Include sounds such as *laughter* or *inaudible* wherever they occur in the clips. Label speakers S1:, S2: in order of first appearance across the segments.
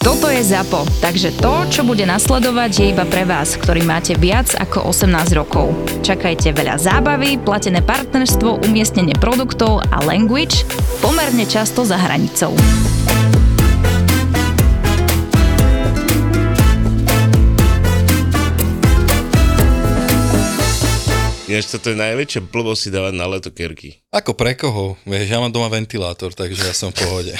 S1: Toto je ZAPO, takže to, čo bude nasledovať, je iba pre vás, ktorý máte viac ako 18 rokov. Čakajte veľa zábavy, platené partnerstvo, umiestnenie produktov a language pomerne často za hranicou.
S2: Ináč toto je najväčšia blbosť si dávať na leto kerky.
S3: Ako pre koho? Vieš, ja mám doma ventilátor, takže ja som v pohode.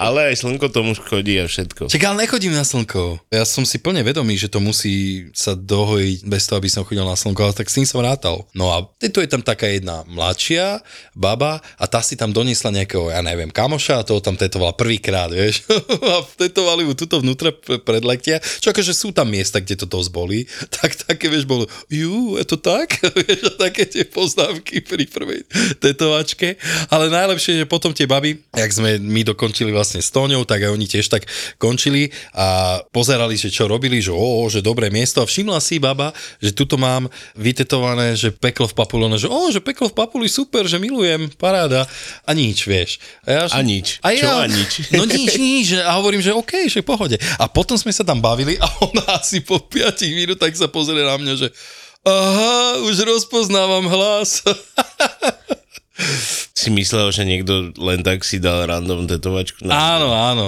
S2: Ale aj slnko tomu škodí a všetko.
S3: *laughs* Čak, ale nechodím na slnko. Ja som si plne vedomý, že to musí sa dohojiť bez toho, aby som chodil na slnko, ale tak s tým som rátal. No a tu je tam taká jedna mladšia baba a tá si tam doniesla nejakého, ja neviem, kamoša a toho tam tetovala prvýkrát, vieš. *laughs* a tetovali mu tuto vnútra p- predlektia. Čo akože sú tam miesta, kde toto zbolí, *laughs* tak také, vieš, bolo, jú, je to tak? *laughs* vieš, a také tie poznámky pri prvej tetovačke. Ale najlepšie, že potom tie baby, jak sme my dokončili vlastne s Tóňou, tak aj oni tiež tak končili a pozerali, že čo robili, že o, že dobré miesto a všimla si baba, že tuto mám vytetované, že peklo v papuli, Ona, že o, že peklo v papuli, super, že milujem, paráda a nič, vieš. A, ja, že-
S2: A nič.
S3: A
S2: Čo
S3: ja,
S2: a
S3: *laughs*
S2: nič?
S3: No nič, nič. A hovorím, že OK, že v pohode. A potom sme sa tam bavili a ona *laughs* asi po 5 minútach sa pozrie na mňa, že aha, už rozpoznávam hlas. *laughs*
S2: Si myslel, že niekto len tak si dal random tetovačku? Na...
S3: áno, áno.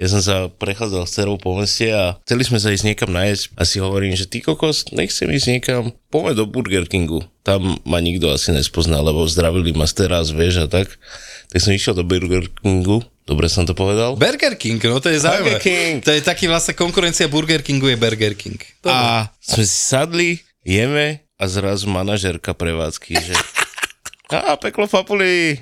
S2: Ja som sa prechádzal s cerou po meste a chceli sme sa ísť niekam nájsť a si hovorím, že ty kokos, nechcem ísť niekam, poďme do Burger Kingu. Tam ma nikto asi nespozná, lebo zdravili ma teraz, vieš a tak. Tak som išiel do Burger Kingu, dobre som to povedal.
S3: Burger King, no to je zaujímavé.
S2: King.
S3: To je taký vlastne konkurencia Burger Kingu je Burger King.
S2: A sme si sadli, jeme a zrazu manažerka prevádzky, že *laughs* a peklo papuli.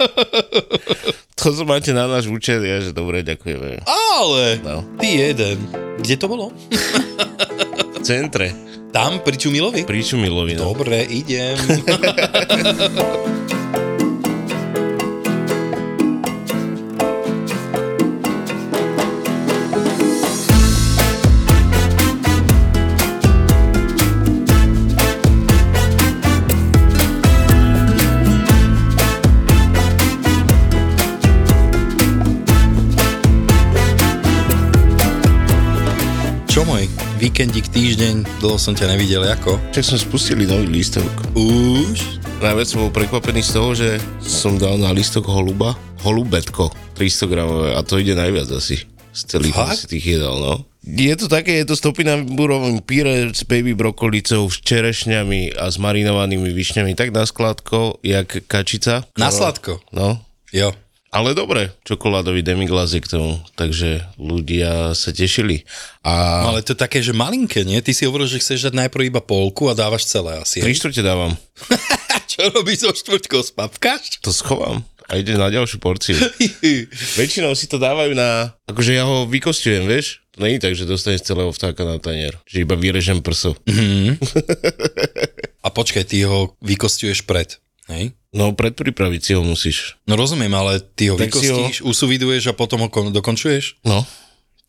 S2: *laughs* to som máte na náš účet, ja že dobre, ďakujeme.
S3: Ale,
S2: No.
S3: ty jeden. Kde to bolo?
S2: V centre,
S3: Tam, pri Čumilovi?
S2: pri Čumilovi. No.
S3: Dobre, idem. Čo môj? Víkendík, týždeň, dlho som ťa nevidel, ako?
S2: Však sme spustili nový listok.
S3: Už?
S2: Najviac som bol prekvapený z toho, že som dal na listok holuba, holubetko, 300 gramové a to ide najviac asi z celých asi
S3: Fakt?
S2: tých jedál, no. Je to také, je to s topinamburovým píre s baby brokolicou, s čerešňami a s marinovanými višňami, tak na skladko, jak kačica.
S3: Na sladko?
S2: No,
S3: Jo.
S2: ale dobre, čokoládový demiglas je k tomu, takže ľudia sa tešili. A
S3: Ale to je také, že malinké, nie? Ty si hovoril, že chceš dať najprv iba polku a dávaš celé asi.
S2: tri
S3: *laughs* hej?
S2: štvrte dávam,
S3: Čo robíš so štvrťkou?
S2: *laughs*
S3: Spapkáš?
S2: to schovám a ide na ďalšiu porciu. Väčšinou si to dávajú na... Akože ja ho vykostujem, vieš? To není tak, že dostaneš celého vtáka na tanier. Že iba vyrežem prso.
S3: a počkaj, ty ho vykostuješ pred. Hej?
S2: No, predpripraviť si ho musíš.
S3: No rozumiem, ale ty ho
S2: Tak si ho-
S3: vykostíš, usuviduješ a potom ho kon- dokončuješ?
S2: No.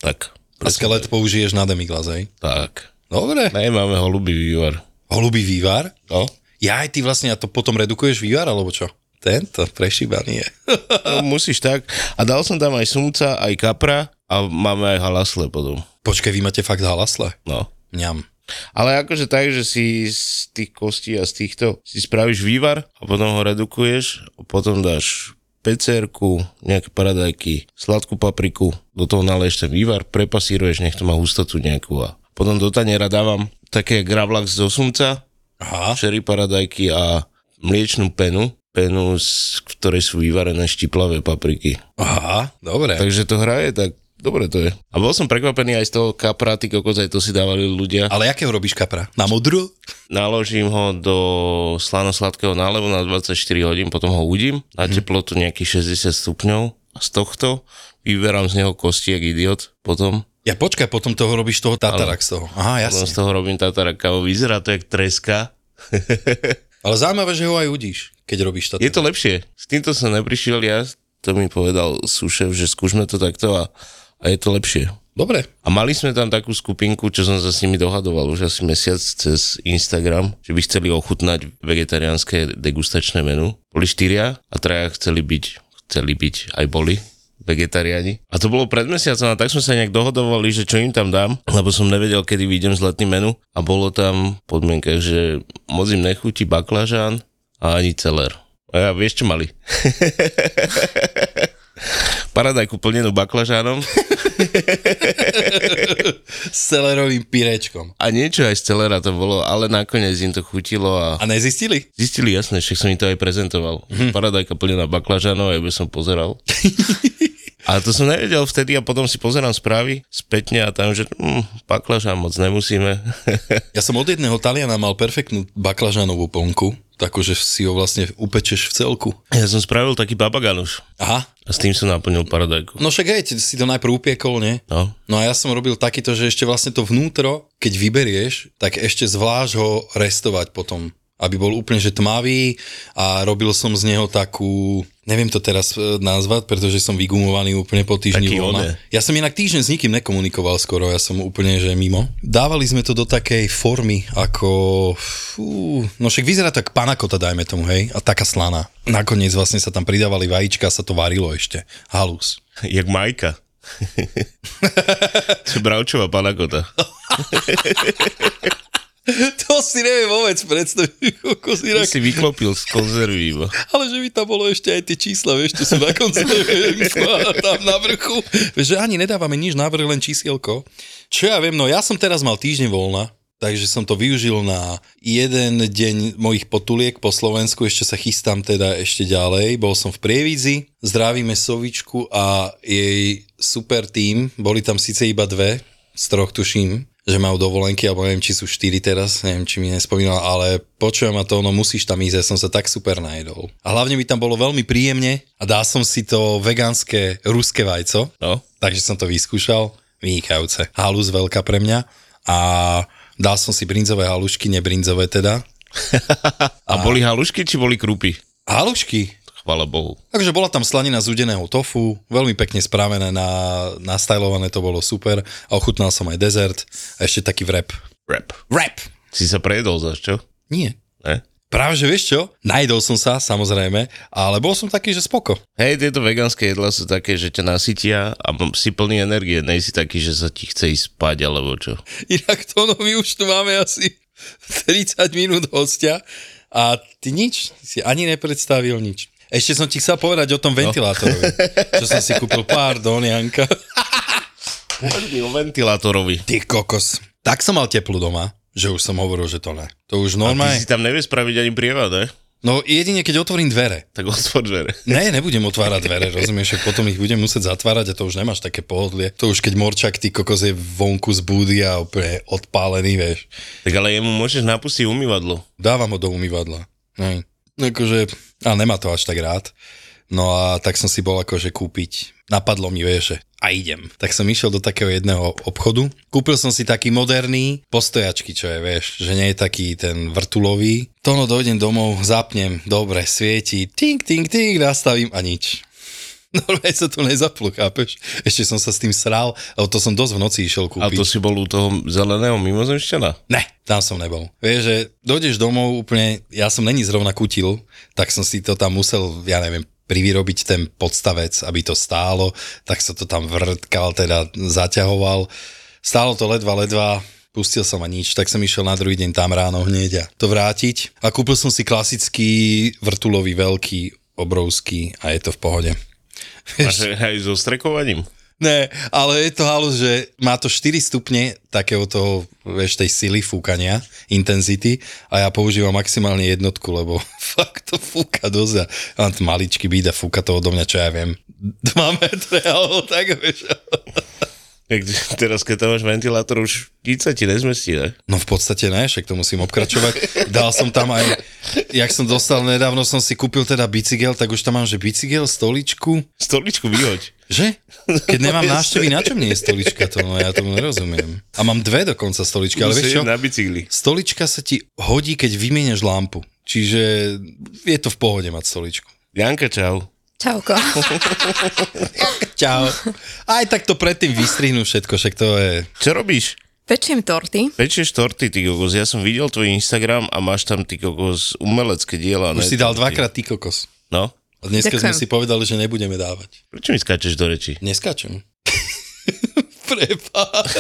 S2: Tak.
S3: A skelet použiješ na demiglas, hej?
S2: Tak.
S3: Dobre.
S2: Ne, máme holubý vývar.
S3: Holubý vývar?
S2: No.
S3: Ja aj ty vlastne a to potom redukuješ vývar, alebo čo? Tento, prešíbaný je. *laughs*
S2: no. musíš tak. A dal som tam aj sumca, aj kapra a máme aj halasle potom.
S3: Počkaj, vy máte fakt halasle?
S2: No.
S3: Mňam.
S2: Ale akože tak, že si z tých kostí a z týchto si spravíš vývar a potom ho redukuješ a potom dáš pecerku, nejaké paradajky, sladkú papriku, do toho naleješ ten vývar, prepasíruješ, nech to má hustotu nejakú a potom do taniera dávam také gravlax zo sumca,
S3: Aha.
S2: čery paradajky a mliečnú penu, penu, z ktorej sú vyvarené štiplavé papriky.
S3: Aha, dobre.
S2: Takže to hraje tak, dobre to je. A bol som prekvapený aj z toho kapra, ty kokos, aj to si dávali ľudia.
S3: Ale jakého robíš kapra? Na modru?
S2: naložím ho do slanosladkého nálevu na 24 hodín, potom ho udím na teplotu nejakých 60 stupňov a z tohto vyberám z neho kosti jak idiot potom.
S3: Ja počkaj, potom toho robíš toho tatarak z toho. Aha,
S2: Potom z
S3: jasne.
S2: toho robím tataraka, vyzerá to jak treska.
S3: Ale zaujímavé, že ho aj udíš, keď robíš
S2: Je
S3: tatarak.
S2: to lepšie, s týmto som neprišiel ja, to mi povedal súšev, že skúšme to takto a, a je to lepšie.
S3: Dobre.
S2: A mali sme tam takú skupinku, čo som sa s nimi dohadoval už asi mesiac cez Instagram, že by chceli ochutnať vegetariánske degustačné menu. Boli štyria a traja chceli byť, chceli byť, aj boli vegetariáni. A to bolo pred mesiacom a tak sme sa nejak dohodovali, že čo im tam dám, lebo som nevedel, kedy vyjdem z letný menu a bolo tam v podmienkach, že moc im nechutí baklažán a ani celer. A ja, vieš, čo mali? *laughs* Paradajku plnenú baklažánom
S3: S celerovým pirečkom.
S2: a niečo aj z celera to bolo, ale nakoniec im to chutilo a
S3: A nezistili?
S2: Zistili, jasné, však som im to aj prezentoval. Hm. Paradajka plnená baklažanov, aj by som pozeral. *laughs* A to som nevedel vtedy a potom si pozerám správy spätne a tam, že hm, baklažan moc nemusíme. *laughs*
S3: Ja som od jedného Taliana mal perfektnú baklažanovú plnku, takú, že si ho vlastne upečeš v celku.
S2: ja som spravil taký babaganuš
S3: Aha,
S2: a s tým som naplnil paradajku.
S3: no však hej, ty si to najprv upiekol, nie?
S2: No.
S3: No a ja som robil takýto, že ešte vlastne to vnútro, keď vyberieš, tak ešte zvlášť ho restovať potom, aby bol úplne že tmavý a robil som z neho takú, neviem to teraz e, nazvať, pretože som vygumovaný úplne po týždni
S2: Taký one.
S3: voľna. Ja som inak týždeň s nikým nekomunikoval skoro, ja som úplne že mimo. Dávali sme to do takej formy ako, fú, no však vyzerá tak panakota, dajme tomu, hej, a taká slana. Nakoniec vlastne sa tam pridávali vajíčka a sa to varilo ešte. Halus.
S2: Jak Majka. *laughs* Čo Bravčová panakota.
S3: To si neviem vôbec predstaviť, ako
S2: Ty
S3: si rak,
S2: si vyklopil z konzervy iba.
S3: ale že by tam bolo ešte aj tie čísla, vieš, čo sú na konci *laughs* a tam na vrchu. Vieš, že ani nedávame nič na vrch, len čísielko. Čo ja viem, no ja som teraz mal týždeň voľna, takže som to využil na jeden deň mojich potuliek po Slovensku, ešte sa chystám teda ešte ďalej. Bol som v Prievidzi, zdravíme Sovičku a jej super tým, boli tam síce iba dve, z troch tuším, že majú dovolenky, alebo neviem, či sú štyri teraz, neviem, či mi nespomínal, ale počujem ma to, no musíš tam ísť, ja som sa tak super najedol. A hlavne mi tam bolo veľmi príjemne a dal som si to vegánske ruské vajco,
S2: No.
S3: takže som to vyskúšal, vynikajúce. Halus veľká pre mňa a dal som si brinzové halušky, nebrinzové teda.
S2: A boli halušky, či boli krupy?
S3: Halušky,
S2: Chvala Bohu.
S3: Takže bola tam slanina z udeného tofu, veľmi pekne spravené, na, nastajlované to bolo super a ochutnal som aj dezert a ešte taký vrep.
S2: Rap.
S3: Vrep!
S2: Si sa prejedol za čo?
S3: Nie.
S2: Ne?
S3: Práve že vieš čo? Najdol som sa, samozrejme, ale bol som taký, že spoko. *laughs*
S2: Hej, tieto vegánske jedlá sú také, že ťa nasytia a m- si plný energie. Nej si taký, že sa ti chce ísť spať alebo čo.
S3: Inak to, no my už tu máme asi *laughs* 30 minút hostia a ty nič, si ani nepredstavil nič. Ešte som ti chcel povedať o tom ventilátorovi, čo som si kúpil. Pardon, Janka.
S2: Poďme o ventilátorovi.
S3: Ty kokos. Tak som mal teplu doma, že už som hovoril, že to ne. To
S2: Ty
S3: už normálne.
S2: si tam nevie spraviť ani prievad, ne?
S3: No jedine, keď otvorím dvere.
S2: Tak otvor dvere.
S3: Ne, nebudem otvárať dvere, rozumieš, že potom ich budem musieť zatvárať a to už nemáš také pohodlie. To už keď morčak, ty kokos je vonku z búdy a úplne odpálený, vieš.
S2: Tak ale jemu môžeš napustiť umývadlo.
S3: Dávam ho do umývadla. Ne. Akože, a nemá to až tak rád. No a tak som si bol akože kúpiť. Napadlo mi, vieš, že a idem. Tak som išiel do takého jedného obchodu. Kúpil som si taký moderný postojačky, čo je, vieš, že nie je taký ten vrtulový. To no, dojdem domov, zapnem, dobre, svieti, tink, tink, tink, nastavím a nič. *laughs* Normálne sa to nezaplo, chápeš? Ešte som sa s tým sral, ale to som dosť v noci išiel
S2: A
S3: kúpiť.
S2: to si bol u toho zeleného mimozemšťana.
S3: Ne, tam som nebol. Vieš, že dojdeš domov úplne, ja som není zrovna kutil, tak som si to tam musel, ja neviem, privyrobiť ten podstavec, aby to stálo, tak som to tam vrtkal, teda zaťahoval. Stálo to ledva, ledva, pustil som a nič, tak som išiel na druhý deň tam ráno hneď a to vrátiť. A kúpil som si klasický vrtulový veľký, obrovský a je to v pohode.
S2: Máš aj so strekovaním.
S3: Ne, ale je to halus, že má to 4 stupne takého toho, vieš, tej sily fúkania, intenzity a ja používam maximálne jednotku, lebo *laughs* fakt to fúka dosť a ja mám ten maličký byt a fúka to odo mňa, čo ja viem, *laughs* 2 metre alebo tak, vieš.
S2: Tak teraz, keď tam máš ventilátor, už nič sa ti nezmestí, ne?
S3: No v podstate ne, však to musím obkračovať. Dal som tam aj, jak som dostal nedávno, som si kúpil teda bicykel, tak už tam mám, že bicykel, stoličku,
S2: Stoličku vyhoď.
S3: Že? Keď nemám návštevy, na čom nie je stolička to? No ja tomu nerozumiem. A mám dve dokonca stoličky, ale vieš
S2: Musíš
S3: čo?
S2: ísť na bicykli.
S3: Stolička sa ti hodí, keď vymieňaš lampu. Čiže je to v pohode mať stoličku.
S2: Janka, čau.
S1: Čauko.
S4: *laughs*
S3: Čau. Aj tak to predtým vystrihnú všetko, však to je...
S2: Čo robíš?
S4: Pečiem torty.
S2: Pečieš torty, ty kokos. Ja som videl tvoj Instagram a máš tam ty kokos umelecké diela.
S3: Už
S2: ne?
S3: si dal
S2: Torty.
S3: dvakrát ty kokos.
S2: No.
S3: A dneska Ďakujem. sme
S1: Ďakujem.
S3: si povedali, že nebudeme dávať.
S2: Prečo mi skáčeš do reči?
S4: *laughs*
S3: Neskáčem. Prepáč.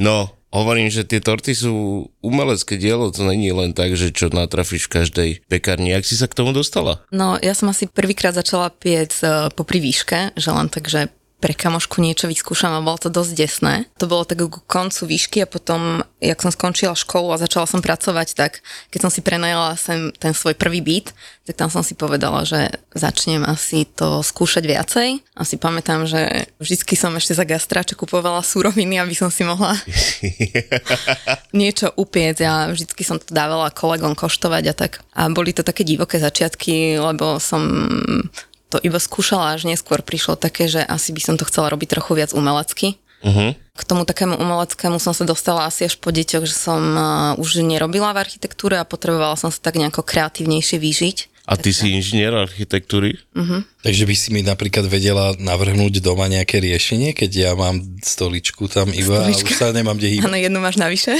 S2: No, hovorím, že tie torty sú umelecké dielo, to není len tak, že čo natrafíš v každej pekárni. Jak si sa k tomu dostala?
S4: No, ja som asi prvýkrát začala piec eh, popri výške, že len tak, že pre kamošku niečo vyskúšam a bolo to dosť desné. To bolo tak ku koncu výšky a potom, jak som skončila školu a začala som pracovať, tak keď som si prenajala sem ten svoj prvý byt, tak tam som si povedala, že začnem asi to skúšať viacej. A si pamätám, že vždycky som ešte za gastráče kupovala súroviny, aby som si mohla niečo upiec. Ja vždycky som to dávala kolegom koštovať a tak. A boli to také divoké začiatky, lebo som to iba skúšala, až neskôr prišlo také, že asi by som to chcela robiť trochu viac umelecky.
S2: Uh-huh.
S4: K tomu takému umeleckému som sa dostala asi až po deťoch, že som eh, už nerobila v architektúre a potrebovala som sa tak nejako kreatívnejšie vyžiť. *laughs*
S2: A ty si inžinier architektúry?
S4: Mm.
S3: Takže by si mi napríklad vedela navrhnúť doma nejaké riešenie, keď ja mám stoličku tam iba a už sa nemám kde
S4: *laughs*
S3: hýbať.
S4: Áno, jednu máš navyše.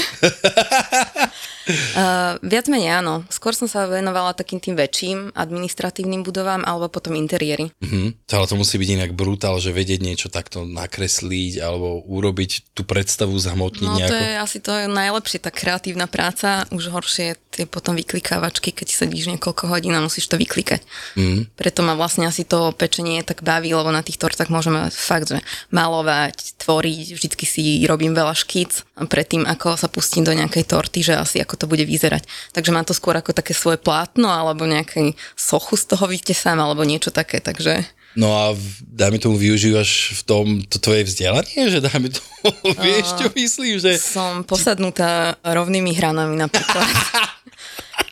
S4: Uh, viac menej áno. Skôr som sa venovala takým tým väčším administratívnym budovám alebo potom interiéry.
S3: Mhm. Ale to musí byť inak brutál, že vedieť niečo takto nakresliť alebo urobiť tú predstavu, zhmotniť
S4: No
S3: nejako.
S4: to je asi to najlepšie, tá kreatívna práca. Už horšie je tie potom vyklikávačky, keď sedíš niekoľko hodín a musíš to vyklikať. Mm. Preto ma vlastne asi to pečenie tak baví, lebo na tých tortách môžeme fakt, že malovať, tvoriť, vždycky si robím veľa škic predtým, ako sa pustím do nejakej torty, že asi ako to bude vyzerať. Takže mám to skôr ako také svoje plátno alebo nejaký sochu z toho vytesám alebo niečo také, takže...
S3: No a v- dajme tomu využívaš v tom to tvoje vzdelanie, že dajme tomu, *laughs* vieš čo myslím, že
S4: Som posadnutá rovnými hranami napríklad.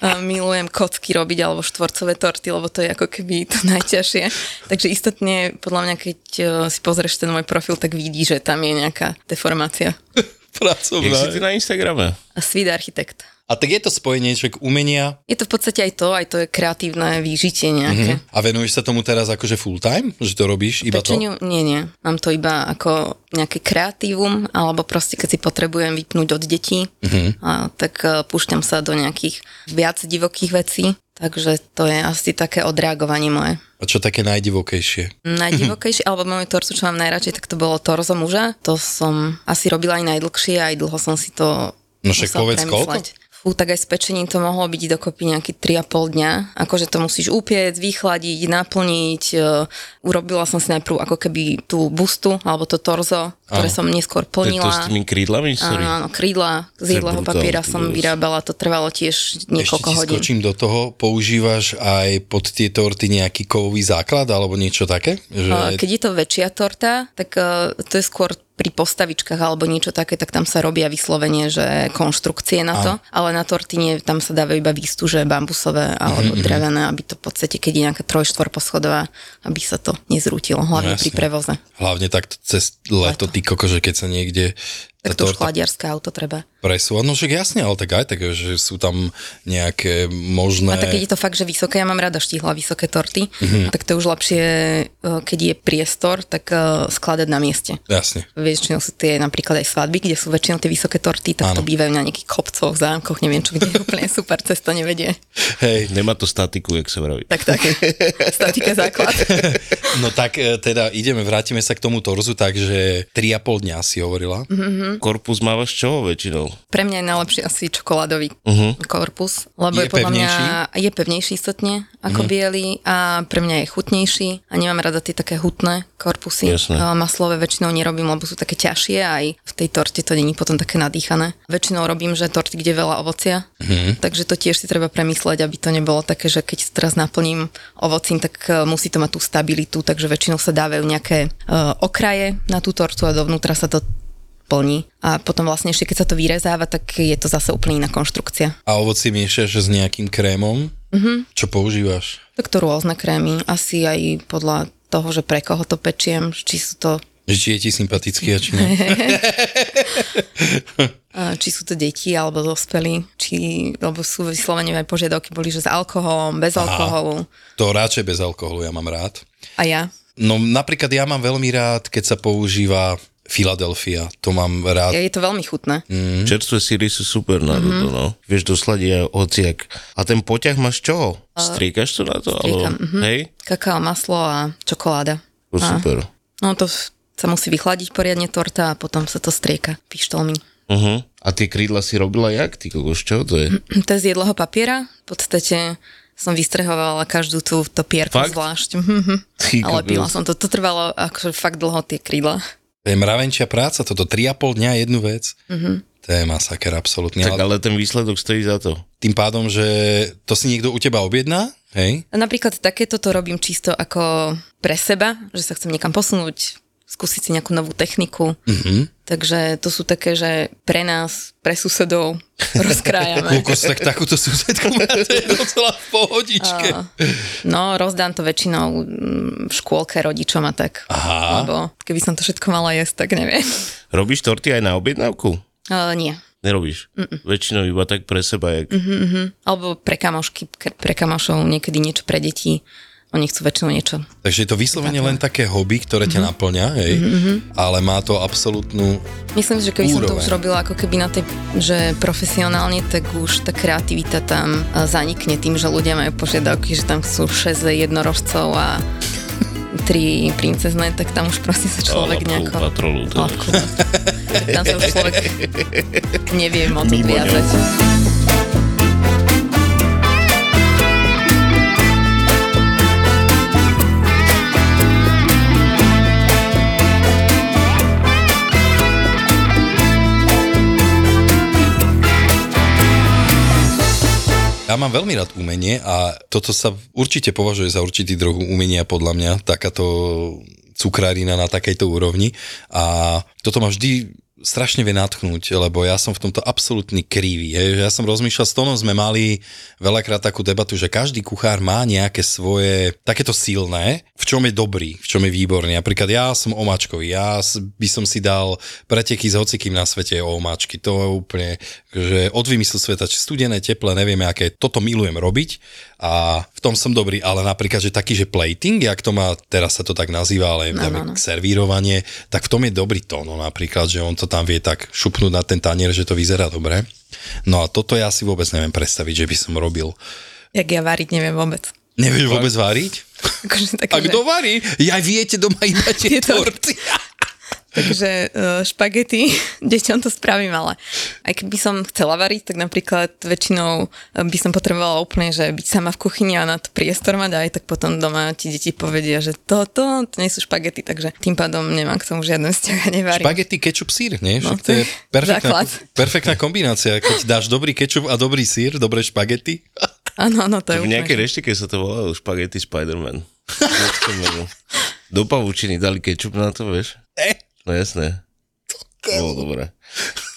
S4: A milujem kocky robiť alebo štvorcové torty, lebo to je ako keby to najťažšie. Takže istotne, podľa mňa, keď eh, si pozrieš ten môj profil, tak vidí, že tam je nejaká deformácia.
S2: Jak
S4: No.
S2: si ty na
S3: pracovná.
S2: Instagrame?
S4: A Sweet architekt.
S3: A tak je to spojenie človek umenia
S4: Je to v podstate aj to, aj to je kreatívne výžitie nejaké.
S3: hm? a venuješ sa tomu teraz akože full time, že to robíš iba to?
S4: Pečeniu? Nie, nie. Mám to iba ako nejaké kreatívum, alebo proste keď si potrebujem vypnúť od detí,
S3: Mhm.
S4: uh-huh. a, tak e, púšťam sa do nejakých viac divokých vecí. Takže to je asi také odreagovanie moje.
S3: A čo také najdivokejšie?
S2: Mhm.
S4: Najdivokejšie, alebo moju torcu, čo mám najradšej, tak to bolo torzo muža. To som asi robila aj najdlhšie, aj dlho som si to
S3: No však
S4: musela
S3: povedz,
S4: premyslať. Fú, tak aj s pečením to mohlo byť dokopy nejaký 3,5 dňa. Akože to musíš upiec, vychladiť, naplniť. e, Urobila som si najprv ako keby tú bustu, alebo to torzo, ktoré
S3: Áno.
S4: som neskôr
S2: To je to s
S4: plnila.
S2: tými krídlami? Sorry.
S4: Áno, áno, krídla
S2: To je
S4: z jedlého
S2: brutál,
S4: papiera
S2: ty
S4: som
S2: kokos.
S4: vyrábala, to trvalo tiež niekoľko
S3: Ešte ti
S4: hodín.
S3: skočím do toho, používaš aj pod tie torty nejaký kovový základ alebo niečo také?
S4: A
S3: Že...
S4: Keď je to väčšia torta, tak eh, to je skôr pri postavičkách alebo niečo také, tak tam sa robia vyslovene, že konštrukcie na to, ale na torty nie, tam sa dávajú iba výstu, že bambusové
S3: Mhm,
S4: alebo drevené, aby to v podstate, keď je nejaká trojštvor poschodová, aby sa to nezrútilo, hlavne
S3: No,
S4: pri
S3: jasne.
S4: prevoze.
S3: Hlavne tak cez leto, ty koko, že keď sa niekde tá
S4: Tak to už
S3: torta
S4: chladiarské auto treba.
S3: presúva. No však jasne, ale tak aj tak, že sú tam nejaké možné...
S4: A tak keď je to fakt, že vysoké, ja mám rada štihla vysoké torty,
S3: Mhm.
S4: tak to je už lepšie, eh, keď je priestor, tak eh, skladať na mieste.
S3: Jasne.
S4: väčšinou sú tie napríklad aj svadby, kde sú väčšinou tie vysoké torty, tak
S3: Áno.
S4: to bývajú na nejakých kopcoch, zámkoch, neviem čo, kde je úplne super, cesta nevedie.
S3: Hej,
S2: Nemá to statiku, jak sa vraví.
S4: Tak, tak, statika základ.
S3: *laughs* no tak e, teda ideme, vrátime sa k tomu torzu, takže 3,5 dňa si hovorila.
S2: Korpus mávaš čoho väčšinou?
S4: Pre mňa je najlepší asi čokoládový uh-huh. korpus,
S3: Mhm. Je
S4: lebo je, je podľa mňa
S3: pevnejší?
S4: je pevnejší istotne ako uh-huh. biely a pre mňa je chutnejší a nemám rada tie také hutné korpusy.
S2: Jasné.
S4: A Maslové väčšinou nerobím, lebo sú také ťažšie a aj v tej torte to není potom také nadýchané. Väčšinou robím, že torty, kde je veľa ovocia, uh-huh. takže to tiež si treba premyslieť, aby to nebolo také, že keď teraz naplním ovocím, tak eh, musí to mať tú stabilitu, takže väčšinou sa dávajú nejaké eh, okraje na tú tortu a dovnútra sa to plní. A potom vlastne ešte, keď sa to vyrezáva, tak je to zase úplne iná konštrukcia.
S3: A ovoci miešaš s nejakým krémom, čo používaš?
S4: Tak to rôzne krémy, asi aj podľa toho, že pre koho to pečiem, či sú to,
S3: Že či je ti sympatický a či nie.
S4: eh, či sú to deti alebo dospelí, či, lebo sú vyslovene aj požiadavky boli, že s alkoholom, bez alkoholu.
S3: To radšej bez alkoholu ja mám rád.
S4: A ja?
S3: No napríklad ja mám veľmi rád, keď sa používa Philadelphia, to mám rád.
S4: Je to veľmi chutné.
S2: Mm. Čerstvé síry sú super na mm-hmm. toto, no. Vieš, dosladia hociak. A ten poťah máš čoho? Striekaš to na to?
S4: striekam,
S2: mm-hmm. Hej?
S4: Kakao, maslo a čokoláda.
S2: To super.
S4: No to s- sa musí vychladiť poriadne torta a potom sa to strieka pištolmi.
S2: Uh-huh. A tie krídla si robila jak, ty kokos, čo to je?
S4: To je z jedlého papiera. V podstate som vystrehovala každú tú topierku
S2: Fakt?
S4: zvlášť. Mhm.
S2: Ty
S4: A lepila som to. To trvalo akože fakt dlho tie krídla.
S3: To je mravenčia práca, toto 3,5 dňa jednu vec. Mm-hmm. To je masaker, absolútne.
S2: Tak
S3: Ale
S2: ale ten výsledok stojí za to.
S3: tým pádom, že to si niekto u teba objedná, hej?
S4: A Napríklad takéto to robím čisto ako pre seba, že sa chcem niekam posunúť, skúsiť si nejakú novú techniku. Mm-hmm. Takže to sú také, že pre nás, pre susedov *laughs* rozkrájame.
S3: Lukos, tak takúto susedku máte je docela v pohodičke.
S4: No, rozdám to väčšinou mm, v škôlke rodičom a tak.
S3: Aha.
S4: Lebo keby som to všetko mala jesť, tak neviem. *laughs*
S2: Robíš torty aj na objednávku?
S4: Ale nie.
S2: Nerobíš. Mm-mm. Väčšinou iba tak pre seba. Jak... Mm-hmm.
S4: Alebo pre kamošky, k- pre kamošov, niekedy niečo pre deti. Oni chcú väčšinou niečo.
S3: Takže je to vyslovene len také hobby, ktoré ťa naplňa, hej? Ale má to absolútnu...
S4: Myslím, že keby som to
S3: Úroveň.
S4: už robila ako keby na tej, že profesionálne, tak už tá kreativita tam eh, zanikne tým, že ľudia majú požiadavky, že tam sú 6 jednorožcov a *laughs* tri princezné, tak tam už proste sa človek nejako...
S2: Patrolu, teda.
S4: Lávku. Tam sa už človek nevie moc
S2: Mimo ňou.
S4: odviazať.
S3: Ja mám veľmi rád umenie a toto sa určite považuje za určitý druh umenia podľa mňa, takáto cukrárina na takejto úrovni a toto ma vždy strašne vie natchnúť, lebo ja som v tomto absolútny krivý. Hej. Ja som rozmýšľal, s Tonom sme mali veľakrát takú debatu, že každý kuchár má nejaké svoje, takéto silné, v čom je dobrý, v čom je výborný. Napríklad ja som omáčkový, ja s- by som si dal preteky s hocikým na svete o omáčky. To je úplne, že od vymyslu sveta, či studené, teplé, nevieme aké, toto milujem robiť a v tom som dobrý, ale napríklad, že taký, že plating, jak to má, teraz sa to tak nazýva, ale
S4: Áno,
S3: dáme k servírovanie, tak v tom je dobrý tón, no napríklad, že on to tam vie tak šupnúť na ten tanier, že to vyzerá dobre. No a toto ja si vôbec neviem predstaviť, že by som robil.
S4: Jak ja variť neviem vôbec.
S3: Nevieš vôbec váriť?
S4: Akože také,
S3: A kto varí? Ja viete doma
S4: *laughs*
S3: ináte
S4: Je to-
S3: torty.
S4: Takže uh, špagety *laughs* deťom to spravím, ale aj keby som chcela variť, tak napríklad väčšinou eh, by som potrebovala úplne, že byť sama v kuchyni a na to priestor mať aj tak potom doma ti deti povedia, že toto, to nie sú špagety, takže tým pádom nemám k tomu žiadny vzťah a nevarím.
S3: Špagety, kečup, sír, nie?
S4: No,
S3: Však to je
S4: to je
S3: perfektná,
S4: základ.
S3: perfektná kombinácia, keď dáš dobrý kečup a dobrý sír, dobré špagety.
S4: Áno, áno, to je
S2: V
S4: úplne.
S2: nejakej reštike sa to volalo špagety Spider-Man. Vždycky menu. Do pavučiny dali kečup na to, vieš? No jasné. Bolo dobré.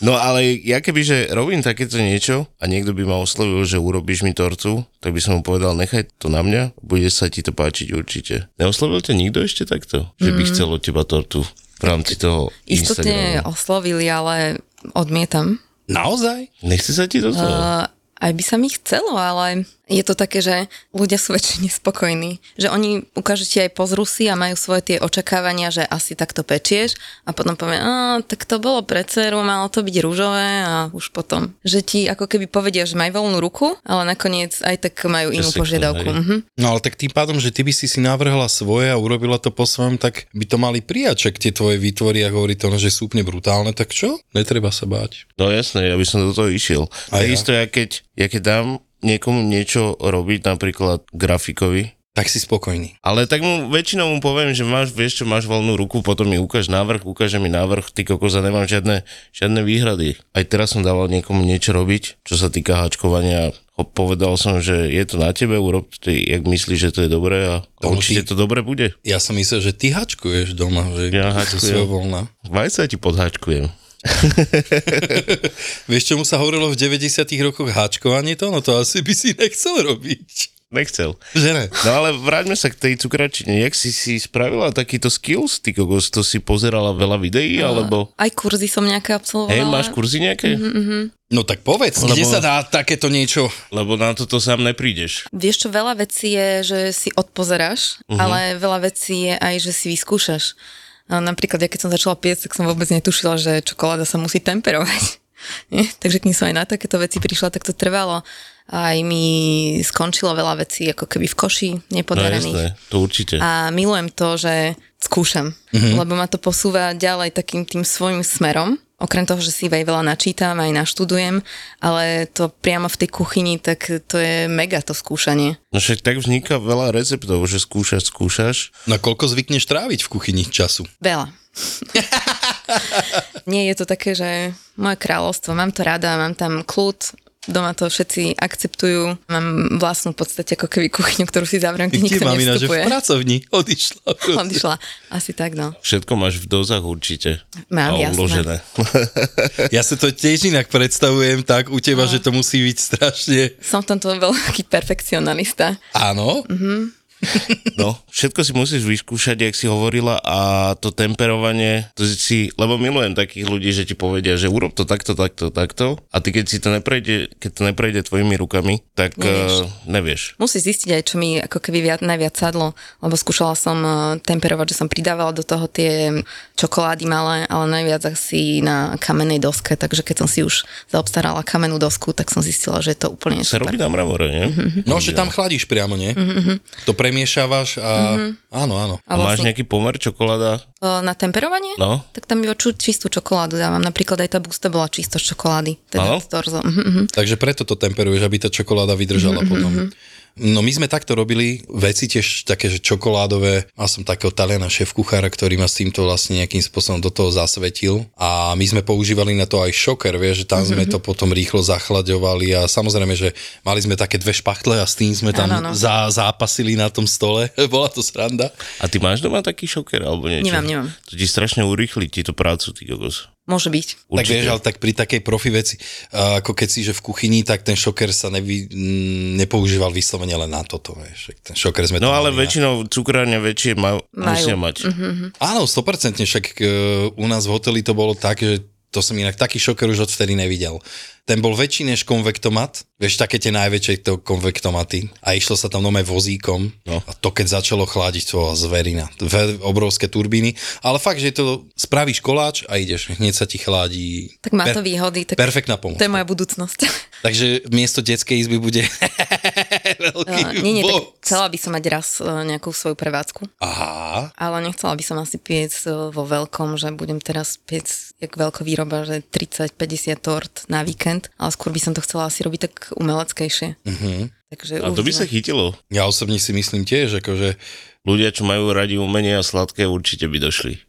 S2: No ale ja keby, že robím takéto niečo a niekto by ma oslovil, že urobíš mi tortu, tak by som mu povedal, nechaj to na mňa, bude sa ti to páčiť určite. Neoslovil ťa nikto ešte takto? Že by chcel od teba tortu v rámci toho
S4: Mm. Istotne
S2: Instagramu.
S4: oslovili, ale odmietam.
S3: Naozaj?
S2: Nechce sa ti do toho?
S4: Uh, aj by sa mi chcelo, ale je to také, že ľudia sú väčšine spokojní. Že oni ukážu ti aj pozrú si a majú svoje tie očakávania, že asi takto pečieš a potom povie, a tak to bolo pre dceru, malo to byť rúžové a už potom. Že ti ako keby povedia, že majú voľnú ruku, ale nakoniec aj tak majú inú
S2: si chcú,
S4: požiadavku.
S2: hej.
S4: Mhm.
S3: No ale tak tým pádom, že ty by si si navrhla svoje a urobila to po svojom, tak by to mali prijať, čak tie tvoje výtvory a hovorí to, no, že sú úplne brutálne, tak čo? Netreba sa báť.
S2: No jasné, ja by som do toho išiel. A
S3: A ja?
S2: Takisto ja keď, ja keď dám niekomu niečo robiť, napríklad grafikovi,
S3: Tak si spokojný.
S2: ale tak mu väčšinou mu poviem, že máš, vieš čo, máš voľnú ruku, potom mi ukáž návrh, ukáže mi návrh, ty kokoza, nemám žiadne, žiadne výhrady. Aj teraz som dával niekomu niečo robiť, čo sa týka háčkovania. Ho- Povedal som, že je to na tebe, urob to, ty, jak myslíš, že to je dobré a
S3: To
S2: určite to
S3: ty-
S2: dobre bude.
S3: Ja som myslel, že ty hačkuješ doma, že
S2: Ja
S3: si
S2: hačkujem.
S3: svojvoľná.
S2: Vaj sa ti podháčkujem.
S3: Vieš, čomu sa hovorilo v 90 rokoch háčkovanie to? No to asi by si nechcel robiť.
S2: Nechcel.
S3: Že ne?
S2: No ale vráťme sa k tej cukračine. Jak si si spravila takýto skills, ty kokos? To si pozerala veľa videí, alebo...
S4: Aj kurzy som nejaké absolvovala.
S2: Hej, máš kurzy nejaké?
S4: Mhm,
S2: Mm-hmm.
S3: No tak povedz, Lebo... kde
S2: Lebo-
S3: sa dá takéto niečo?
S2: Lebo na toto sám neprídeš.
S4: Vieš čo,
S2: Mhm.
S4: veľa vecí je, že si odpozeráš, uh-huh. ale veľa vecí je aj, že si vyskúšaš. A napríklad ja keď som začala piecť, tak som vôbec netušila, že čokoláda sa musí temperovať. *laughs* Nie? Takže kým som aj na takéto veci prišla, tak to trvalo. Aj mi skončilo veľa vecí ako keby v koši
S2: No
S4: nepodarených.
S2: jasné, to určite.
S4: A milujem to, že skúšam,
S2: Mhm.
S4: lebo ma to posúva ďalej takým tým svojim smerom. Okrem toho, že si aj veľa načítam, aj naštudujem, ale to priamo v tej kuchyni, tak to je mega to skúšanie.
S2: No však tak vzniká veľa receptov, že skúšaš, skúšaš.
S3: Na koľko zvykneš tráviť v kuchyni času?
S4: Veľa. *laughs* Nie, je to také, že moje kráľovstvo, mám to rada, mám tam kľud, doma to všetci akceptujú, mám vlastnú v podstate ako keby kuchyňu, ktorú si zavriem, kde nikto
S3: mamina, že v
S4: nevstupuje.
S3: pracovni odišla.
S4: *laughs* Odišla. Asi tak, no.
S2: Všetko máš v dozách určite.
S4: Mám,
S2: a
S4: jasné.
S2: uložené.
S3: Ja sa to tiež inak predstavujem tak u
S4: No.
S3: teba, že to musí byť strašne...
S4: Som v tomto veľký perfekcionalista.
S3: Áno,
S4: Mhm.
S2: No, všetko si musíš vyskúšať, jak si hovorila a to temperovanie, to si, lebo milujem takých ľudí, že ti povedia, že urob to takto, takto, takto a ty keď si to neprejde, keď to neprejde tvojimi rukami, tak
S4: Nevieš.
S2: nevieš. nevieš.
S4: Musí zistiť aj, čo mi ako keby viac, najviac sadlo, lebo skúšala som eh, temperovať, že som pridávala do toho tie čokolády malé, ale najviac asi na kamennej doske, takže keď som si už zaobstarala kamennú dosku, tak som zistila, že je to úplne
S2: Sa
S4: super. Mhm,
S2: robí na mramore, nie?
S3: no, že tam chladíš priamo, nie? To premiešavaš a...
S4: Mhm.
S3: Áno, áno.
S4: A
S2: A máš
S4: vlastne
S2: nejaký pomer čokoláda?
S4: eh, na temperovanie?
S2: No.
S4: Tak tam iba ču, čistú čokoládu dávam. Napríklad aj tá busta bola čisto z čokolády. Teda
S2: Áno?
S4: z torzo. Mhm, mhm.
S3: Takže preto to temperuješ, aby tá čokoláda vydržala
S4: Mm-hmm,
S3: potom. No my sme takto robili veci tiež také, že čokoládové. Mal som takého taliana šéf kuchára, ktorý ma s týmto vlastne nejakým spôsobom do toho zasvetil. A my sme používali na to aj šoker, vieš, že tam sme
S4: Mm-hmm.
S3: to potom rýchlo zachlaďovali a samozrejme, že mali sme také dve špachtle a s tým sme tam
S4: Áno, no.
S3: Za, zápasili na tom stole. *laughs* Bola to sranda.
S2: A ty máš doma taký šoker alebo niečo?
S4: Nemám, nemám.
S2: To ti strašne urýchli ti to prácu, ty kokos.
S4: Môže byť.
S3: Tak vieš, ale tak pri takej profi veci, a ako keď si že v kuchyni, tak ten šoker sa nevy, m, nepoužíval vyslovene len na toto, vieš. Ten šoker sme
S2: No
S3: tam
S2: ale
S3: mali na-
S2: väčšinou cukrárne väčšie ma- musia mať.
S4: Mhm,
S3: Áno, 100% však e, u nás v hoteli to bolo tak, že to som inak taký šoker už odvtedy nevidel. Ten bol väčší než konvektomat, vieš, také tie najväčšie to konvektomaty a išlo sa tam nome vozíkom no. a to keď začalo chladiť to bola zverina, Dve obrovské turbíny, ale fakt, že to spravíš koláč a ideš, hneď sa ti chládi.
S4: Tak má to výhody. Tak
S3: Perfektná pomoc.
S4: to je moja
S2: *laughs*
S4: budúcnosť.
S3: Takže miesto detskej izby bude *laughs* veľký
S4: Uh, nie, nie,
S3: box.
S4: tak chcela by som mať raz eh, nejakú svoju prevádzku.
S3: Aha,
S4: Ale nechcela by som asi piec e, vo veľkom, že budem teraz piec jak veľkovýroba, že 30-50 tort na víkend, ale skôr by som to chcela asi robiť tak umeleckejšie.
S3: mhm.
S4: Takže
S2: A to by sa
S4: uvidíme.
S2: chytilo.
S3: ja osobne si myslím tiež, akože
S2: Ľudia, čo majú radi umenie a sladké, určite by došli.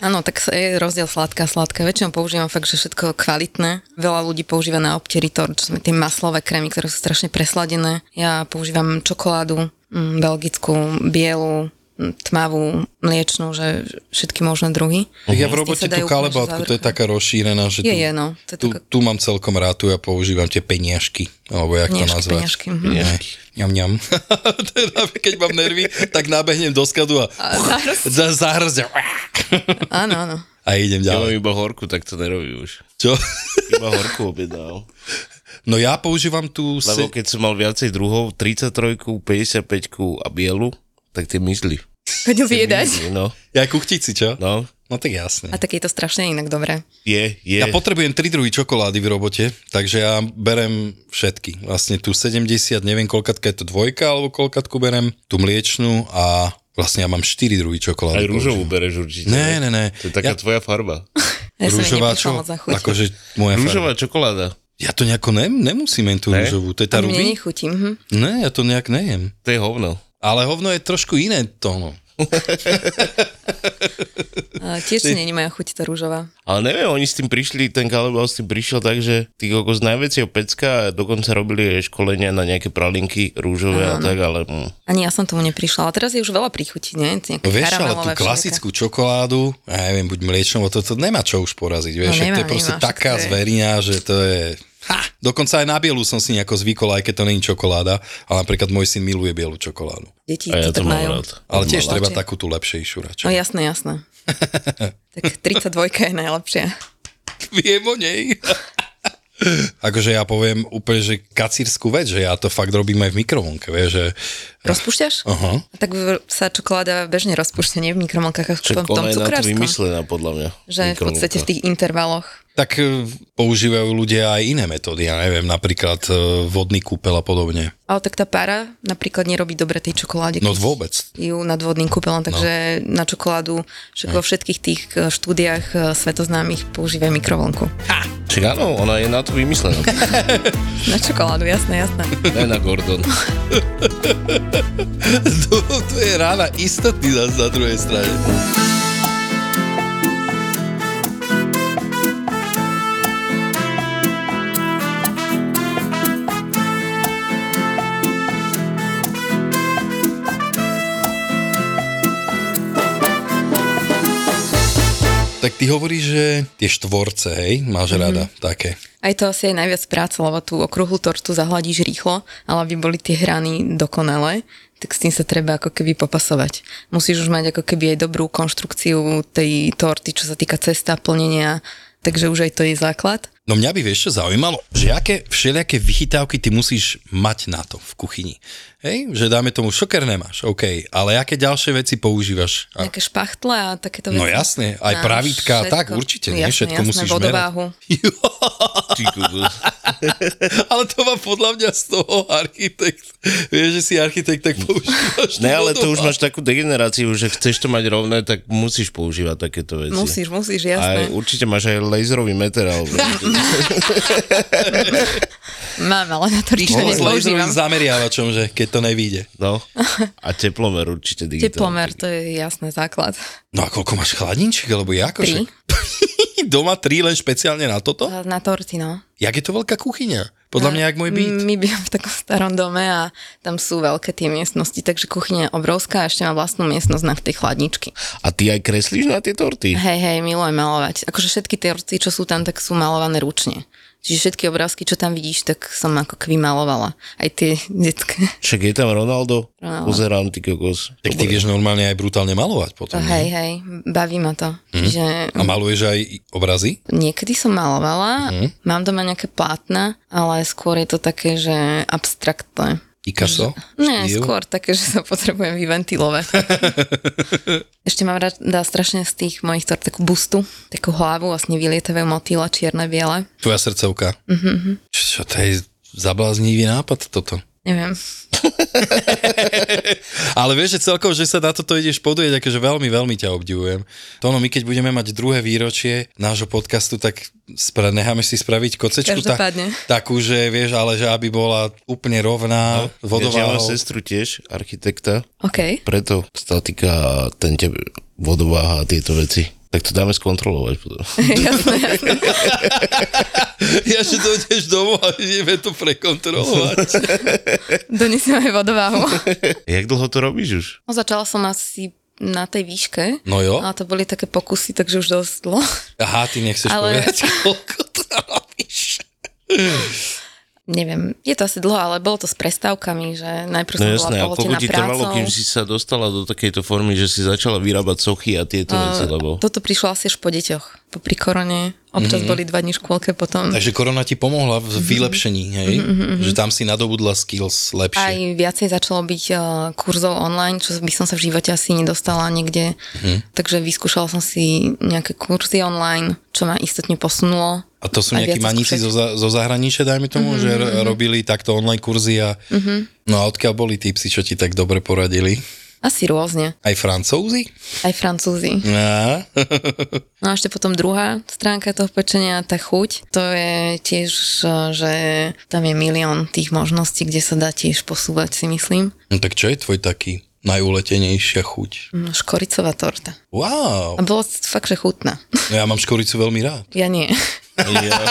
S4: Áno, tak sa- je rozdiel sladká a sladká. Väčšinou používam fakt, že všetko kvalitné. Veľa ľudí používa na optery tort, čo sme tie maslové krémy, ktoré sú strašne presladené. Ja používam čokoládu, mm, belgickú, bielu, mm, tmavú, mliečnú, že všetky možné druhy.
S3: Tak ja
S4: S
S3: v
S4: tým
S3: robote
S4: Mhm. sa
S3: tú
S4: dajú úplne, že
S3: kalebátku, to je
S4: zavrkať.
S3: taká rozšírená, že
S4: Je,
S3: tu,
S4: je, no. To je
S3: tu,
S4: taká-
S3: tu mám celkom rád, tu ja používam tie peniažky, alebo jak to
S4: Peniažky,
S3: nazvať.
S4: peniažky, mhm.
S2: Peniažky.
S3: Ňam, ňam. *laughs* Teda, Keď mám nervy, tak nabehnem do skladu a, *laughs* za- zahrzem
S4: Áno, áno.
S3: a idem
S2: Ja mám
S3: ďalej.
S2: iba horku, tak to nerobí už.
S3: Čo? *laughs*
S2: Iba horku objednal.
S3: No ja používam tú...
S2: Lebo
S3: Se...
S2: keď som mal viacej druhov, 33, 55 a bielu, tak tie mysli.
S4: Chodil si jedať.
S2: No,
S3: Ja kuchtici, čo?
S2: no,
S3: No tak jasne.
S4: A tak je to strašne inak dobré.
S2: je, je.
S3: Ja potrebujem tri druhy čokolády v robote, takže ja berem všetky. Vlastne tú 70, neviem koľkatka je to dvojka, alebo koľkatku berem, tú mliečnú a vlastne ja mám štyri druhy
S2: Aj
S3: čokolády.
S2: rúžovú
S3: používam.
S2: bereš určite.
S3: Ne, ne, ne.
S2: To je taká
S3: ja,
S2: tvoja farba.
S4: Ja som jej
S3: rúžová
S4: nepýtala
S3: čo?
S4: moc na chuť.
S3: Akože moja farba.
S2: Rúžová čokoláda.
S3: Ja to nejako ne, nemusím jen tú
S2: Ne?
S3: rúžovú. To je tá
S4: Mne
S3: ruby?
S4: nechutí. Mhm.
S3: Ne, ja to nejak nejem.
S2: To je hovno.
S3: Ale hovno je trošku iné tóno.
S4: A tiež nie je moja chuť, tá rúžová.
S2: Ale neviem, oni s tým prišli, ten Kalebal s tým prišiel tak, že tí kokos najväčšieho pecka a dokonca robili aj školenia na nejaké pralinky rúžové a tak, ale mm,
S4: Ani ja som tomu neprišla, ale teraz je už veľa príchutí, nie? Tie Nejaké
S3: No vieš, ale tú
S4: karamelové
S3: klasickú čokoládu, ja neviem, buď mliečnú, bo to, to nemá čo už poraziť, vieš,
S4: No
S3: no, to
S4: nemá,
S3: je proste
S4: nemá, však
S3: taká
S4: to je-
S3: zverina, že to je... Ha! Dokonca aj na bielu som si nejako zvykol, aj keď to není čokoláda, ale napríklad môj syn miluje bielu čokoládu.
S4: všelijaké. Deti
S2: a ja
S4: to
S2: to
S4: tak
S2: mám
S4: majú.
S2: rád.
S3: Ale tiež
S4: Mala.
S3: treba takú tú lepšejšiu radšej.
S4: No
S3: *laughs*
S4: jasné, jasné. tak 32 je najlepšia.
S3: Viem o nej. *laughs* Akože ja poviem úplne, že kacírskú vec, že ja to fakt robím aj v mikrovlnke, vieš, že...
S4: Rozpúšťaš?
S3: Aha.
S4: Tak v- sa čokoláda bežne rozpúšťa, nie v mikromonkách, ako
S2: Však
S4: v tom
S2: ona je na to
S4: cukrárskom.
S2: vymyslená, podľa mňa.
S4: Že v podstate v tých intervaloch.
S3: Tak e, používajú ľudia aj iné metódy, ja neviem, napríklad e, vodný kúpel a podobne.
S4: Ale tak tá para napríklad nerobí dobre tej čokoláde.
S3: No
S4: keď
S3: vôbec.
S4: ju nad vodným kúpelom, takže no. na čokoládu, však vo všetkých tých e, štúdiách e, svetoznámych používajú mikrovlnku.
S2: Však áno, ona je na to vymyslená.
S4: Na čokoládu, jasné, jasné.
S2: Ne na Gordon.
S3: to, to je rána istotný zase na druhej strane. Tak ty hovoríš, že tie štvorce, hej, máš mm-hmm. rada také.
S4: Aj to asi je najviac práce, lebo tú okrúhlu tortu zahladíš rýchlo, ale aby boli tie hrany dokonalé, tak s tým sa treba ako keby popasovať. Musíš už mať ako keby aj dobrú konštrukciu tej torty, čo sa týka cesta, plnenia, takže už aj to je základ.
S3: No mňa by vieš čo zaujímalo, že aké všelijaké vychytávky ty musíš mať na to v kuchyni. Hej, že dáme tomu šoker nemáš, OK, ale aké ďalšie veci používaš? A,
S4: Nejaké špachtle a takéto
S3: no
S4: veci.
S3: jasné, aj
S4: Áno,
S3: pravítka,
S4: všetko.
S3: tak určite, nie?
S4: Jasné,
S3: Všetko
S4: jasné,
S3: musíš merať.
S4: vodováhu.
S2: *laughs* Ty kokos.
S3: Ale to má podľa mňa z toho architekt. Vieš, že si architekt, tak používaš.
S2: Ne,
S3: No,
S2: ale to už
S3: vodováhu.
S2: máš takú degeneráciu, že chceš to mať rovné, tak musíš používať takéto veci.
S4: Musíš, musíš,
S2: Aj,
S4: jasné.
S2: určite máš aj laserový meter,
S4: *laughs*
S2: alebo
S4: Mám, ale na to nič
S3: No, s
S4: nepoužívam.
S3: laserovým zameriavačom, že keď to nevíde.
S2: no. A teplomer určite digitálny.
S4: Teplomer, to je jasný základ.
S3: No a koľko máš chladniček, alebo ja akože? *laughs* Doma tri len špeciálne na toto?
S4: Na torty, no.
S3: Jak je to veľká kuchyňa? Podľa mňa, jak môj byt.
S4: My bývam v takom starom dome a tam sú veľké tie miestnosti, takže kuchyňa je obrovská a ešte má vlastnú miestnosť na tej chladničky.
S2: A ty aj kreslíš na tie torty?
S4: Hej, hej, milujem malovať. Akože všetky tie orci, čo sú tam, tak sú malované ručne. Čiže všetky obrázky, čo tam vidíš, tak som ako keby malovala. Aj tie detské.
S2: Však je tam Ronaldo?
S4: Ronaldo.
S2: Pozerám, ty kokos.
S3: Tak ty vieš normálne aj brutálne malovať potom.
S4: No, Hej, hej, baví ma to. Čiže
S3: Mhm. A maluješ aj obrazy?
S4: niekedy som malovala, mám doma nejaké plátna, ale skôr je to také, že abstraktné.
S3: Picasso?
S4: Ne,
S3: Štýl?
S4: skôr také, že sa potrebujem
S2: *laughs*
S4: vyventilovať. Ešte mám rada strašne z tých mojich tort takú bustu, takú hlavu, vlastne vylietavé motýla, čierne, biele.
S3: Tvoja srdcovka. Mm-hmm. Čo to je zabláznivý nápad toto?
S4: Neviem.
S3: Ale vieš, že celkovo, že sa na toto ideš podujať, akože veľmi, veľmi ťa obdivujem. To ono, my keď budeme mať druhé výročie nášho podcastu, tak spra- necháme si spraviť kocečku ta-
S4: Každopádne.
S3: takú, že vieš, ale že aby bola úplne rovná, no,
S2: Ja
S3: vodová.
S2: mám sestru tiež, architekta,
S4: OK. *laughs*
S2: preto statika a ten tebe, vodováha a tieto veci. Tak to dáme skontrolovať
S4: *laughs*
S2: potom.
S4: Jasné, jasné.
S3: *laughs* Ja, že dojdeš domov a ideme to prekontrolovať.
S4: Donesiem aj vodováhu.
S2: Jak dlho to robíš už?
S4: No, začala som asi na tej výške.
S3: No jo.
S4: Ale to boli také pokusy, takže už dosť dlho.
S3: Aha, ty nechceš
S4: Ale-
S3: povedať, koľko to robíš.
S4: Neviem, je to asi dlho, ale bolo to s prestávkami, že najprv
S2: No
S4: som
S2: jasné, a
S4: bola
S2: koľko
S4: pohltená
S2: ti trvalo,
S4: prácou.
S2: kým si sa dostala do takejto formy, že si začala vyrábať sochy a
S4: No,
S2: tieto veci, lebo...
S4: Toto prišlo asi až po deťoch. Po pri korone. Občas
S2: Mhm.
S4: boli dva dní škôlke potom.
S3: Takže korona ti pomohla
S4: Mhm.
S3: v vylepšení, hej? Že tam si nadobudla skills
S4: Aj
S3: lepšie.
S4: viacej začalo byť uh, kurzov online, čo by som sa v živote asi nedostala niekde. Takže vyskúšala som si nejaké kurzy online, čo ma istotne posunulo.
S3: A to sú
S4: aj
S3: nejakí
S4: viac Mhm,
S3: maníci zo,
S4: skúšať.
S3: za- zo zahraničia, dajme tomu, že r- robili takto online kurzy a...
S4: Mhm.
S3: No a odkiaľ boli tí psi, čo ti tak dobre poradili?
S4: Asi rôzne.
S3: Aj francúzi?
S4: Aj francúzi.
S3: Á.
S4: No a ešte potom druhá stránka toho pečenia, tá chuť, to je tiež, uh, že tam je milión tých možností, kde sa dá tiež posúvať, si myslím.
S3: No tak čo je tvoj taký najuletenejšia chuť?
S4: Mm, Škoricová torta. A
S3: Wow!
S4: bolo fakt, že chutná.
S3: No
S4: *laughs*
S3: ja mám škoricu veľmi rád.
S4: Ja nie.
S2: Ja,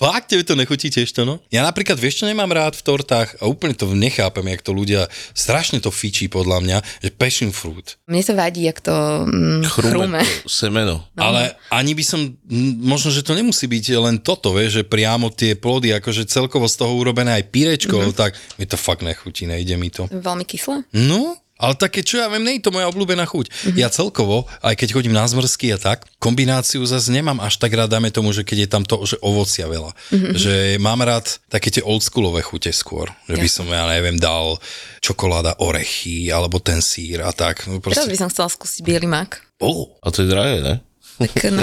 S3: Fakt, tebe to nechutí tiež to, no? Ja napríklad, vieš, čo nemám rád v tortách a úplne to nechápem, jak to ľudia, strašne to fičí podľa mňa, že passion fruit.
S4: Mne sa vadí, jak to mm,
S2: chrume,
S4: chrume.
S2: to semeno.
S3: Ale ani by som, m, možno, že to nemusí byť len toto, vieš, že priamo tie plody, akože celkovo z toho urobené aj pírečko, mm-hmm. tak mi to fakt nechutí, nejde mi to.
S4: Veľmi kyslé.
S3: No, Ale také, čo ja viem, nie je to moja obľúbená chuť. Ja celkovo, aj keď chodím na zmrzky a tak, kombináciu zase nemám až tak rád, dáme tomu, že keď je tam to, že ovocia veľa. Že mám rád také tie oldschoolové chute skôr. Že by som, ja neviem, dal čokoláda, orechy, alebo ten sír a tak. No
S4: Teraz
S3: proste,
S4: by som chcela skúsiť biely mak.
S3: oh,
S2: A to je drahé, ne?
S4: Tak, no.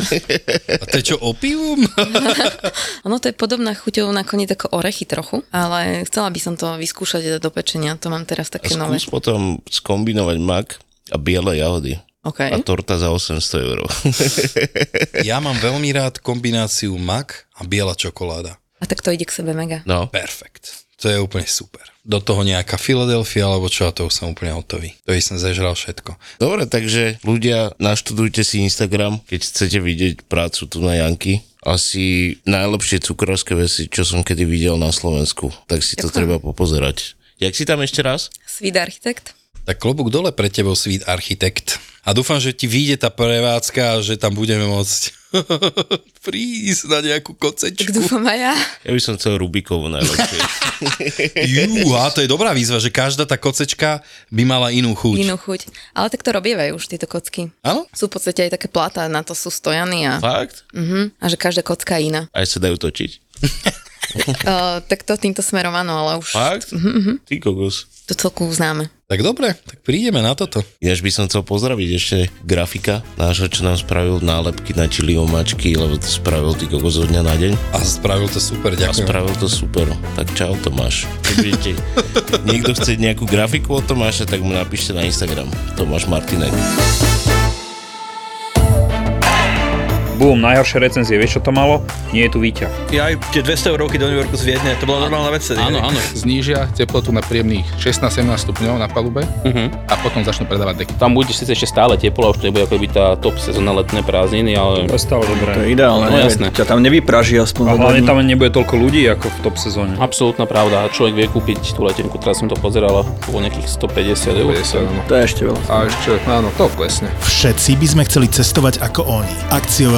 S3: a to je čo, opium?
S4: *laughs* Ono to je podobná chuťou nakoniec ako orechy trochu, ale chcela by som to vyskúšať a dať do pečenia. To mám teraz
S2: A
S4: také nové.
S2: skús potom skombinovať mak a biele jahody.
S4: Okay.
S2: A torta za 800 eur. *laughs*
S3: ja mám veľmi rád kombináciu mak a biela čokoláda.
S4: A tak to ide k sebe mega.
S2: No,
S3: Perfekt. To je úplne super. Do toho nejaká Filadelfia alebo čo, a to už som úplne hotový. To by som zežral všetko.
S2: dobre, takže ľudia, naštudujte si Instagram, keď chcete vidieť prácu tu na Janky. Asi najlepšie cukrárske veci, čo som kedy videl na Slovensku. Tak si to treba popozerať. Jak si tam ešte raz?
S4: Sweet architekt.
S3: Tak klobúk dole pre tebou, sweet architekt. A dúfam, že ti vyjde tá prevádzka a že tam budeme môcť *laughs* prísť na nejakú
S4: Tak
S3: kocečku.
S4: dúfam aj ja.
S2: Ja by som chcel Rubikovu
S4: *laughs*
S2: najlepšie.
S3: Júha, to je dobrá výzva, že každá tá kocečka by mala inú chuť.
S4: Inú chuť. Ale tak to robievajú už tieto kocky.
S3: Áno?
S4: Sú v podstate aj také plátá, na to sú stojany a,
S2: Fakt?
S4: uh-huh, a že každá kocka je iná.
S2: *laughs* Aj sa dajú točiť?
S4: Uh, tak to týmto smerom áno, ale už
S2: Fakt? Ty kokos.
S4: to celku známe.
S3: Tak dobre, tak prídeme na toto.
S2: Ináč by som chcel pozdraviť ešte grafika nášho, čo nám spravil nálepky na čili omačky, lebo to spravil ty kokos zo dňa na deň.
S3: A spravil to super,
S2: A
S3: ďakujem.
S2: spravil to super. Tak čau Tomáš. Keď budete, niekto chce nejakú grafiku od Tomáša, tak mu napíšte na Instagram. Tomáš Martinek.
S5: Bum, najhoršie recenzie, vieš čo to malo? Nie je tu výťah.
S6: Ja aj tie 200 euróky do New Yorku z Viedne, to bola normálna vec. tedy,
S7: Áno,
S6: hej?
S7: áno. Znížia teplotu na príjemných 16-17 stupňov na palube uh-huh. a potom začnú predávať deky.
S8: Mhm. Tam bude síce ešte stále teplo, a už to nebude ako by tá top sezóna letné prázdniny, ale
S5: To je stále
S6: To je
S5: dobré.
S6: ideálne,
S8: No,
S6: neviem,
S8: jasné.
S6: ťa tam nevypraží aspoň.
S5: A
S6: za dva
S5: hlavne
S6: dní.
S5: tam nebude toľko ľudí ako v top sezóne.
S8: absolútna pravda. Človek vie kúpiť tú letenku, teraz som to pozeral, po nejakých 150 eur.
S7: 90, áno.
S6: no. To je ešte veľa.
S7: A ešte, áno, to klesne.
S9: Všetci by sme chceli cestovať ako oni. Akciové